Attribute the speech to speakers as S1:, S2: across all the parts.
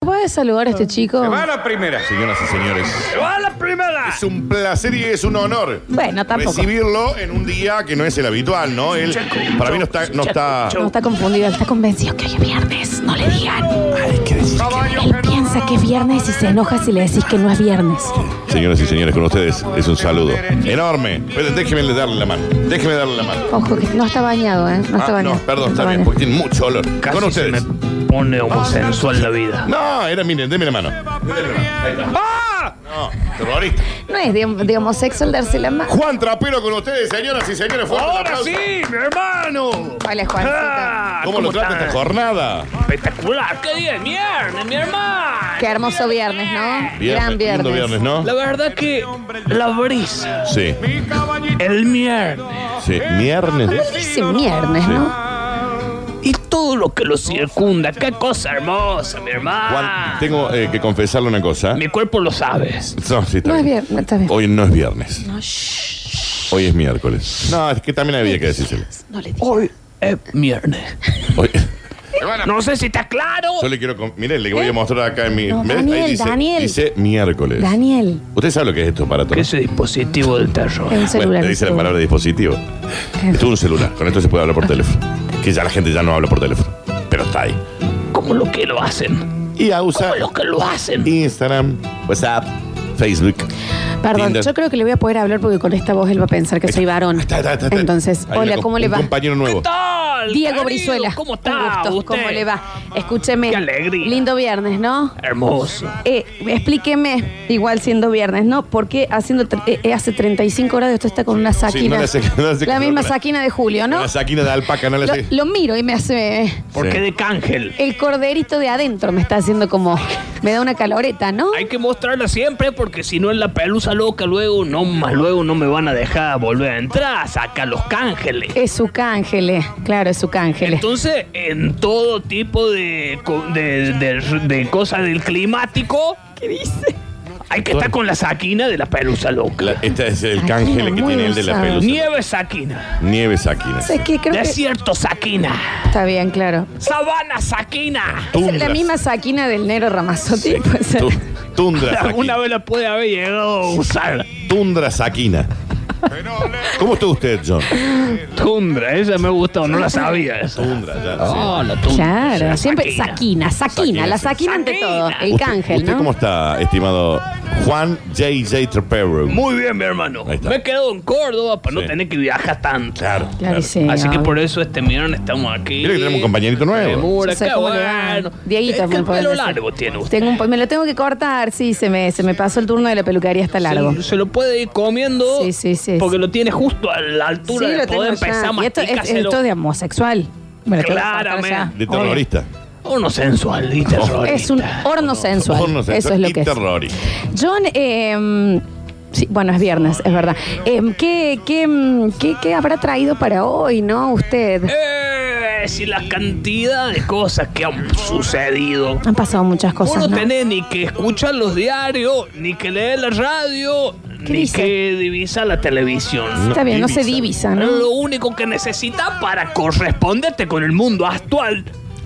S1: puede saludar a este chico?
S2: Se va la primera.
S3: Señoras y señores,
S2: Se va la primera.
S3: es un placer y es un honor
S1: Bueno, tampoco.
S3: recibirlo en un día que no es el habitual, ¿no? Él, para mí no está, no está.
S1: No está confundido, está convencido que hoy es viernes. No le digan.
S2: Caballo
S1: Él piensa que es viernes y se enoja si le decís que no es viernes.
S3: Señoras y señores, con ustedes es un saludo enorme. Pero déjeme darle la mano. Déjeme darle la mano.
S1: Ojo, que no está bañado, ¿eh? No está
S3: Ah,
S1: bañado.
S3: no, perdón,
S1: No
S3: está bien,
S1: bañado.
S3: porque tiene mucho olor.
S4: Casi
S3: Con ustedes.
S4: se me pone homosensual la vida.
S3: No, era, miren, deme la mano. Deme la mano. Ahí está.
S2: ¡Ah!
S3: No, terrorista.
S1: No es de, de homosexual darse la mano.
S3: Juan Trapero con ustedes, señoras y señores. Fuerte el
S2: Ahora
S3: aplauso.
S2: sí, mi hermano.
S1: Hola, Juancito.
S2: Ah,
S3: ¿Cómo lo trata este
S2: estás?
S3: esta jornada?
S4: Espectacular, qué día de viernes, mi hermano.
S1: Qué hermoso viernes, ¿no? Gran viernes.
S3: lindo viernes, ¿no?
S4: La verdad que la brisa,
S3: Sí,
S2: Mi caballito.
S4: el viernes
S3: sí. Viernes.
S1: Dice viernes, ¿no?
S4: y todo lo que lo circunda, qué cosa hermosa, mi hermano.
S3: Juan, tengo eh, que confesarle una cosa.
S4: Ah. Mi cuerpo lo sabes.
S3: No, sí, está
S1: No es
S3: bien.
S1: viernes, está bien.
S3: Hoy no es viernes.
S1: No, shh,
S3: Hoy es miércoles. No, es que también había que decírselo.
S1: no le digas.
S4: Hoy es viernes.
S3: Hoy-
S4: No sé si está claro.
S3: yo le quiero. con- Mire, le voy a mostrar acá en mi.
S1: ¿Eh? No,
S3: ¿ves?
S1: Daniel,
S3: dice,
S1: Daniel.
S3: dice miércoles.
S1: Daniel,
S3: ¿Usted sabe lo que es esto para
S4: Que
S3: todos?
S4: ese dispositivo del terror.
S1: es un
S3: Bueno,
S1: celular.
S3: le dice la palabra dispositivo. Esto es un celular. Con esto se puede hablar por teléfono. Que ya la gente ya no habla por teléfono. Pero está ahí.
S4: ¿Cómo lo que lo hacen?
S3: Y a usar
S4: ¿Cómo lo que lo hacen?
S3: Instagram, WhatsApp, Facebook.
S1: Perdón,
S3: Tinder.
S1: yo creo que le voy a poder hablar porque con esta voz él va a pensar que soy varón.
S3: Ahí está, ahí está, ahí está.
S1: Entonces,
S3: Ahí
S1: hola,
S3: un
S1: ¿cómo le
S3: un
S1: va?
S3: Compañero nuevo.
S4: tal,
S1: Diego
S4: querido?
S1: Brizuela.
S4: ¿Cómo
S1: Un
S4: está
S1: gusto,
S4: usted?
S1: ¿Cómo le va? Escúcheme.
S4: Qué alegría.
S1: Lindo viernes, ¿no?
S4: Hermoso.
S1: Eh, explíqueme, igual siendo viernes, ¿no? ¿Por qué haciendo tre- eh, eh, hace 35 grados usted está con una saquina?
S3: no le hace- no le hace
S1: la
S3: calor,
S1: misma
S3: no.
S1: saquina de julio, ¿no?
S3: La saquina de alpaca, no le
S1: Lo,
S3: sé.
S1: lo miro y me hace... eh,
S4: Porque
S3: Sí.
S4: de cángel.
S1: El corderito de adentro me está haciendo como... Me da una caloreta, ¿no?
S4: Hay que mostrarla siempre porque si no en la pelusa loca luego, no más luego no me van a dejar volver a entrar. Saca los cángeles.
S1: Es su cángele, claro, es su cángele.
S4: Entonces, en todo tipo de, co- de, de- de cosas del climático,
S1: ¿Qué dice?
S4: hay que estar con la saquina de la pelusa loca.
S3: La- este es el
S1: Saquina,
S3: cángel que
S1: muy
S3: tiene el de la
S1: usado.
S3: pelusa.
S4: Nieve saquina.
S3: Nieve saquina.
S1: ¿Sabes qué? Creo que...
S4: Desierto saquina.
S1: Está bien, claro.
S4: Sabana saquina.
S1: ¿Es
S3: Tundras.
S1: la misma saquina del Nero Ramazotti?
S3: Sí.
S1: Puede ser.
S3: Tu- Tundra
S4: Alguna
S3: saquina.
S4: vez la puede haber llegado a usar.
S3: Tundra saquina. ¿Cómo está usted, John?
S4: Tundra, esa me gustó, no la sabías.
S3: Tundra, ya. sí.
S4: Oh, la tundra.
S1: Claro,
S4: la
S1: siempre saquina, saquina,
S3: Saquina,
S1: la
S3: sí.
S1: saquina ante todo.
S4: Saquina.
S1: El
S3: ¿Usted-
S1: cángel,
S3: ¿Usted
S1: ¿no?
S3: cómo está, estimado Juan J.J. Trapero?
S4: Muy bien, mi hermano.
S3: Ahí está.
S4: Me he quedado en Córdoba para no
S3: Sí.
S4: tener que viajar tanto.
S3: Claro.
S1: Claro, y sí.
S4: Así que
S1: obvio.
S4: por eso este viernes estamos aquí.
S3: Mira que tenemos un compañerito nuevo.
S4: Tremura,
S1: Yo sé
S4: qué
S1: cómo le va.
S4: bueno.
S1: Dieguito,
S4: Eh,
S1: me
S4: ¿Qué
S1: pueden
S4: pelo
S1: decir.
S4: largo tiene usted?
S1: Tengo un po- me lo tengo que cortar, sí, se me, se me pasó el turno de la peluquería, está largo.
S4: Se, se lo puede ir comiendo
S1: Sí, sí, sí,
S4: porque lo tiene justo a la altura
S1: Sí,
S4: de
S1: lo tengo
S4: poder
S1: ya.
S4: empezar a
S1: Y esto es- es,
S4: masticárselo.
S1: esto de homosexual. Me lo tengo que cortar
S4: Claramente.
S1: ya,
S3: De
S1: obvio.
S3: terrorista.
S4: Uno sensual y
S3: Oh.
S4: terrorista.
S1: Es un horno sensual.
S3: Horno sexual
S1: Eso es lo
S3: y
S1: que es.
S3: terrorista.
S1: John, eh, sí, bueno, es viernes, es verdad. Eh, ¿qué, qué, mm, qué- qué habrá traído para hoy, no? Usted.
S4: Eh, si la cantidad de cosas que han sucedido.
S1: Han pasado muchas
S4: Vos
S1: cosas.
S4: no
S1: ¿no?
S4: tenés ni que escuchar los diarios, ni que leer la radio,
S1: ¿Qué
S4: ni
S1: dice?
S4: que divisar la televisión.
S1: Está bien, no se
S3: divisa.
S1: divisa, ¿no?
S4: Lo único que necesitas para corresponderte con el mundo actual.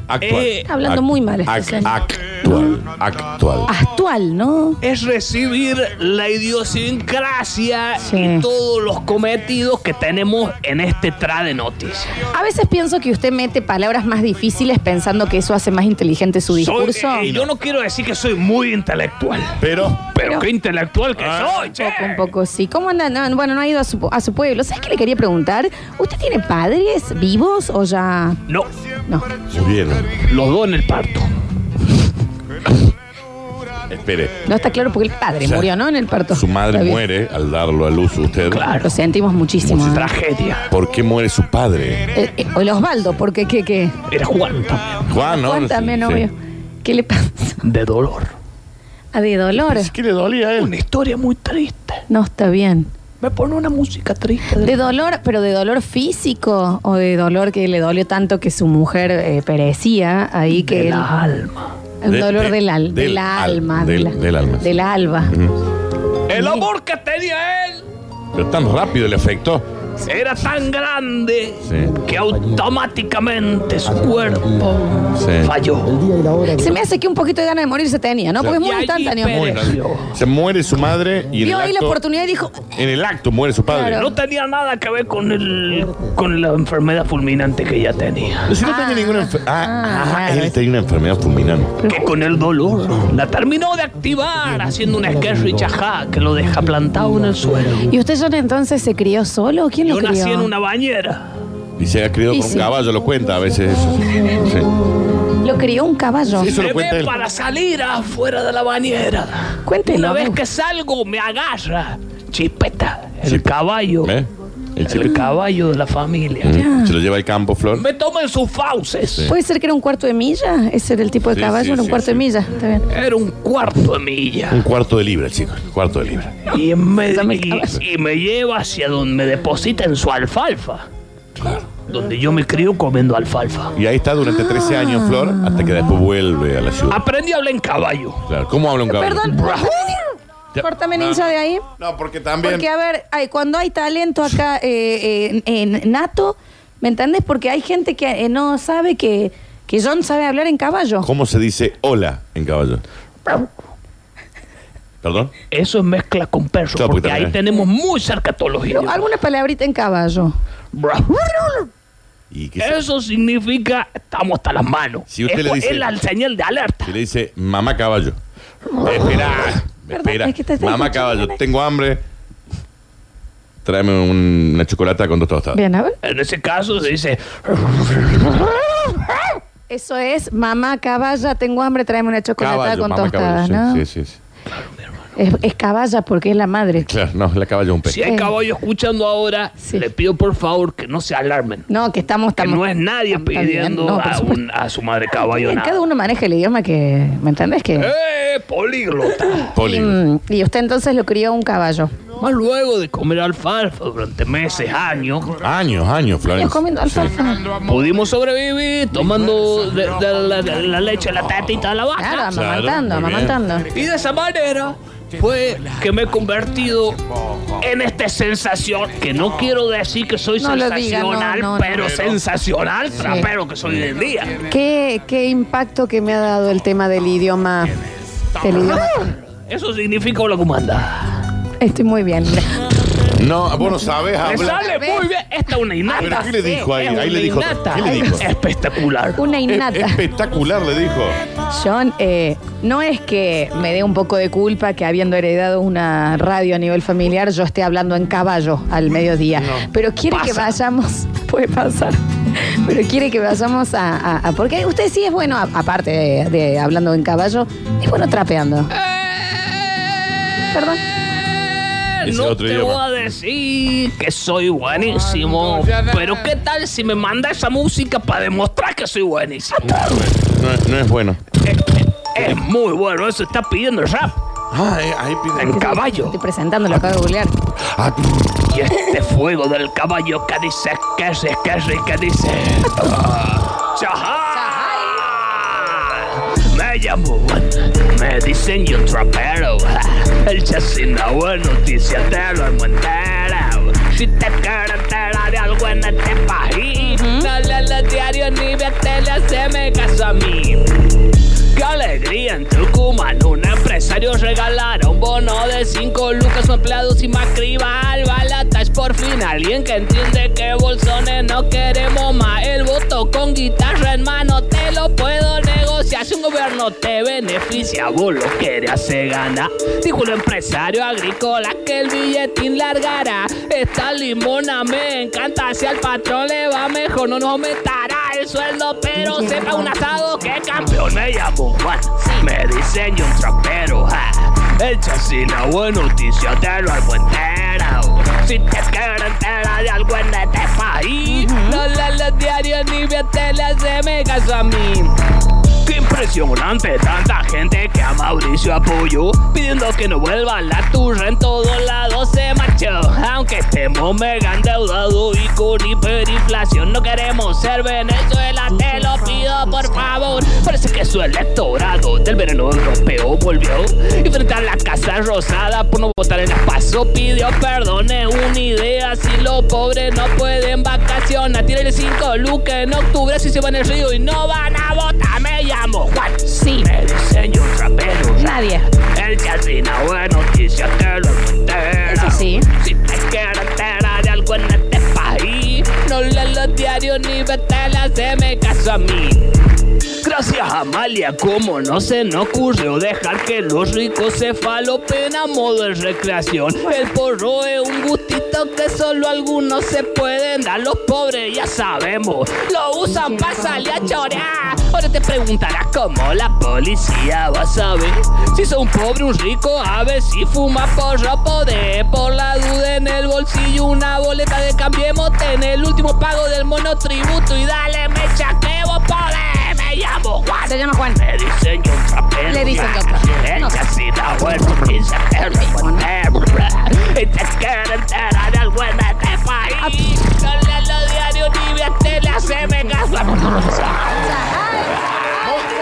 S3: Actual.
S4: Eh,
S1: Está hablando
S3: Ac-
S1: muy mal Ah. este
S3: ac-
S1: señor.
S3: Actual. Actual.
S1: Actual, ¿no?
S4: es recibir la idiosincrasia
S1: Sí.
S4: y todos los cometidos que tenemos en este tra de noticias.
S1: A veces pienso que usted mete palabras más difíciles pensando que eso hace más inteligente su discurso.
S4: Soy- eh, yo no quiero decir que soy muy intelectual,
S3: Pero.
S4: pero, qué intelectual que
S3: Ah.
S4: soy,
S1: Un
S4: che.
S1: poco, un poco, sí. ¿Cómo anda? No, bueno, no ha ido a su, a su pueblo. ¿Sabes qué le quería preguntar? ¿Usted tiene padres vivos o ya...?
S4: No,
S1: No.
S3: Murieron.
S4: los dos en el parto.
S3: Espere.
S1: No está claro porque el padre
S3: O sea,
S1: murió, ¿no? En el parto.
S3: Su madre
S1: Está bien.
S3: muere al darlo a luz usted.
S4: Claro.
S1: Lo sentimos muchísimo. ¿eh?
S4: Pues Tragedia.
S3: ¿Por qué muere su padre?
S1: Eh, eh, el Osvaldo, porque qué, qué.
S4: Era Juan también.
S3: Juan, Ah, ¿no?
S1: Cuéntame,
S3: Sí,
S1: novio.
S3: sí.
S1: ¿Qué le pasa?
S4: De dolor.
S1: Ah, de dolor.
S3: Es que le dolía a él.
S4: Una historia muy triste.
S1: No está bien.
S4: Me pone una música triste.
S1: ¿De dolor, pero de dolor físico o de dolor que le dolió tanto que su mujer eh, perecía ahí que
S4: del
S1: él-
S4: alma.
S1: el
S3: De-
S1: dolor
S3: de-
S1: del, al-
S3: del
S1: del
S3: al-
S1: alma,
S3: del-
S1: de la-
S3: del alma, sí.
S1: del alba.
S4: El amor que tenía él.
S3: Pero tan rápido le afectó.
S4: Era tan grande
S3: Sí.
S4: que automáticamente su cuerpo
S3: Sí.
S4: falló.
S5: El día y la hora.
S1: Se me hace que un poquito de ganas de morir se tenía, ¿no? Porque es
S4: Y
S1: muy
S4: allí
S1: instantáneo.
S4: Pérez.
S3: Se muere su madre y en el,
S1: Vio ahí la
S3: acto,
S1: oportunidad y dijo,
S3: en el acto muere su padre.
S1: Claro.
S4: No tenía nada que ver con el con la enfermedad fulminante que ya tenía.
S3: Si no tenía ninguna enfermedad. Ah,
S1: Ah,
S3: ah,
S1: claro.
S3: él tenía una enfermedad fulminante.
S4: Que con el dolor la terminó de activar haciendo un esquerro y chajá que lo deja plantado en el suelo.
S1: ¿y usted John entonces se crió solo? ¿Quién
S4: Yo
S1: lo
S4: nací
S1: crió?
S4: en una bañera.
S3: Y se ha criado
S1: Y
S3: con
S1: sí.
S3: un caballo, lo cuenta a veces eso. Sí.
S1: Lo crió un caballo.
S3: Sí, eso
S4: Me
S3: lo cuenta
S4: ve
S3: él.
S4: para salir afuera de la bañera. Una
S1: Cuéntelo.
S4: vez que salgo me agarra chispeta el
S3: Chispeta.
S4: caballo,
S3: ¿Eh? El
S4: el
S3: chip.
S4: caballo de la familia.
S3: Mm. Se lo lleva al campo, Flor.
S4: Me toma en sus fauces.
S1: ¿Puede ser que era un cuarto de milla? Ese era el tipo de
S3: Sí,
S1: caballo,
S3: sí,
S1: era un
S3: sí,
S1: cuarto de
S3: sí.
S1: milla. Está bien.
S4: Era un cuarto de milla.
S3: Un cuarto de libra, chicos. Cuarto de libra.
S4: Y me,
S1: Dame el
S4: y-
S1: caballo.
S4: y me lleva hacia donde me deposita en su alfalfa. Donde yo me crío comiendo alfalfa.
S3: Y ahí está durante 13 años, Flor, hasta que después vuelve a la ciudad.
S4: Aprendí a hablar en caballo.
S3: Claro. ¿Cómo habla un caballo?
S1: Ah. Perdón,
S3: Ya.
S1: córtame ninja de ahí.
S3: No, porque también.
S1: Porque, a ver, ay, cuando hay talento acá eh, eh, en- en nato, ¿me entendés? Porque hay gente que eh, no sabe que, que John sabe hablar en caballo.
S3: ¿Cómo se dice hola en caballo? ¿Perdón?
S4: Eso es mezcla con perro,
S3: Claro, porque
S4: porque ahí
S3: también-
S4: tenemos muy cerca todos los
S1: Pero
S4: idiomas.
S1: alguna palabrita en caballo.
S3: ¿Y qué se-
S4: Eso significa estamos hasta las manos.
S3: Si usted
S4: es,
S3: le
S4: cu-
S3: dice-
S4: es la señal de alerta.
S3: se le dice mamá caballo? Espera,
S1: Perdón,
S3: espera.
S1: es que te estoy
S3: Mamá
S1: escuchando,
S3: caballo,
S1: nene.
S3: tengo hambre. Tráeme un- una chocolata con dos tostadas.
S1: Bien, a ver.
S4: En ese caso se dice,
S1: Eso es, mamá caballa, tengo hambre, tráeme una chocolatada con
S3: mamá
S1: tostadas,
S3: caballo,
S1: ¿no?
S3: sí, sí, sí.
S1: Es, es caballa porque es la madre.
S3: Claro, no, la caballo es un pez.
S4: si hay caballo escuchando ahora,
S1: Sí.
S4: le pido por favor que no se alarmen.
S1: No, que estamos...
S4: Que
S1: estamos
S4: no es nadie
S1: estamos- estamos
S4: pidiendo
S1: bien, no, por
S4: a,
S1: supuesto.
S4: un- a su madre caballo
S1: Bien,
S4: nada.
S1: Cada uno maneja el idioma que... ¿Me entendés? Que...
S4: ¡Eh, políglota!
S1: Y,
S3: Poli.
S1: mm, y usted entonces lo crió un caballo.
S4: Más luego de comer alfalfa durante meses, años,
S3: Años, años, Florencia.
S1: Yo comiendo alfalfa.
S4: pudimos sobrevivir tomando de- de la, de la leche, la tetita de la vaca.
S1: Claro, amamantando,
S3: muy bien.
S1: amamantando.
S4: Y de esa manera fue que me he convertido en esta sensación, que no quiero decir que soy
S1: No lo diga, no,
S4: sensacional,
S1: no, no.
S4: pero sensacional trapero que soy hoy en día.
S1: ¿Qué, qué impacto que me ha dado el tema del idioma. Del idioma.
S4: Ah, Eso significa la comanda.
S1: Estoy muy bien.
S3: Sí. No, ah, vos no sabés
S4: Me
S3: hablar.
S4: sale muy bien. Esta es una
S3: Ah, Pero
S4: innata.
S3: ¿qué le dijo ahí?
S4: Es
S3: Ahí
S4: una
S3: le dijo.
S4: innata.
S3: ¿Qué le dijo?
S4: Espectacular.
S1: Una
S3: Es-
S1: innata.
S3: Espectacular, le dijo.
S1: John, eh, no es que me dé un poco de culpa que habiendo heredado una radio a nivel familiar yo esté hablando en caballo al mediodía. Pero quiere que
S4: Pasa.
S1: vayamos, puede pasar, pero quiere que vayamos a... a- a- porque usted sí es bueno, a- aparte de, de hablando en caballo, es bueno trapeando. Perdón.
S3: Ese
S4: no
S3: otro
S4: te
S3: idioma.
S4: voy a decir que soy buenísimo, pero ¿qué tal si me manda esa música para demostrar que soy buenísimo?
S3: No, es- no es bueno.
S4: Es muy bueno, eso está pidiendo el rap
S3: Ah, eh, ahí pide-
S4: en caballo.
S1: Estoy presentando, lo acabo de googlear.
S3: Ah,
S4: Y este fuego del caballo que dice, que dice, que dice, que dice. Ah, ¡Chajá! Me llamo Juan, me dicen yo trapero. El chasinawa noticiatero el montero. Si te carretera de algo en este país, no lees los diarios ni ves tele, haceme caso a mí. ¡Qué alegría en Tucumán! Un empresario regalará un bono de 5 lucas a empleados y macriba al balatas por fin. Alguien que entiende que bolsones no queremos más. El voto con guitarra en mano te lo puedo negociar. Si un gobierno te beneficia, vos lo querés hacer gana. Dijo el empresario agrícola que el billetín largará. Esta limona me encanta, si al patrón le va mejor no nos aumentará el sueldo, pero sepa un asado que campeón me llamo Juan. Me diseño un trapero, ja. El chasis la buena noticia te lo hago entero. Si te quieres enterar de algo en este país, no lees los diarios ni ves tele, se me caso a mí. ¿Qué Impresionante tanta gente que a Mauricio apoyó Pidiendo que no vuelva la turra en todos lados se marchó Aunque estemos mega endeudados y con hiperinflación No queremos ser Venezuela, te lo pido por favor Parece que su electorado del verano europeo volvió Y frente a la Casa Rosada por no votar en la paso Pidió perdón, es una idea si los pobres no pueden vacacionar Tienen cinco lucas en octubre si se van al río y no van a votar Me llamo Juan, sí, me diseño un trapero
S1: Nadie.
S4: el casino es noticia que lo entera.
S1: Eso sí.
S4: Si te quieres enterar de algo en este país, no lees los diarios ni vetelas, se me caso a mí. Gracias Amalia, como no se nos ocurrió dejar que los ricos se falopen a modo de recreación. El porro es un gustito que solo algunos se pueden dar, los pobres ya sabemos, lo usan para salir a chorear. Ahora te preguntarás cómo la policía va a saber si son pobre, un rico, a ver si fuma porro, poder. Por la duda en el bolsillo, una boleta de cambiemos en el último pago del monotributo y dale mecha que vos podés. Me llamo Juan.
S1: Se llama Juan.
S4: Me dicen yo un trapero.
S1: Le dicen
S4: ya.
S1: yo trapero.
S4: Él
S1: No sé.
S4: ya sí da bueno, dice perro, con hebra. Y te quieren enterar de algo en este
S1: Ah.
S4: país. No lees los diarios ni ves tele, haceme caso.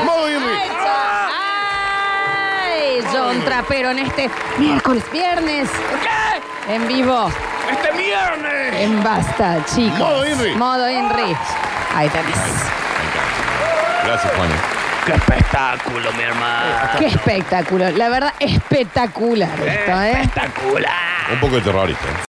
S3: Muy bien.
S1: Ay, John Trapero en este miércoles, viernes,
S2: ¿Qué?
S1: en vivo,
S2: Este viernes.
S1: en Basta, chicos.
S3: Modo Henry.
S1: Modo Henry. Ahí tenés.
S3: Gracias, Juan.
S4: Qué espectáculo, mi hermano.
S1: Qué espectáculo. La verdad, espectacular esto, ¿eh?
S4: Espectacular.
S3: Un poco de terrorista. ¿eh?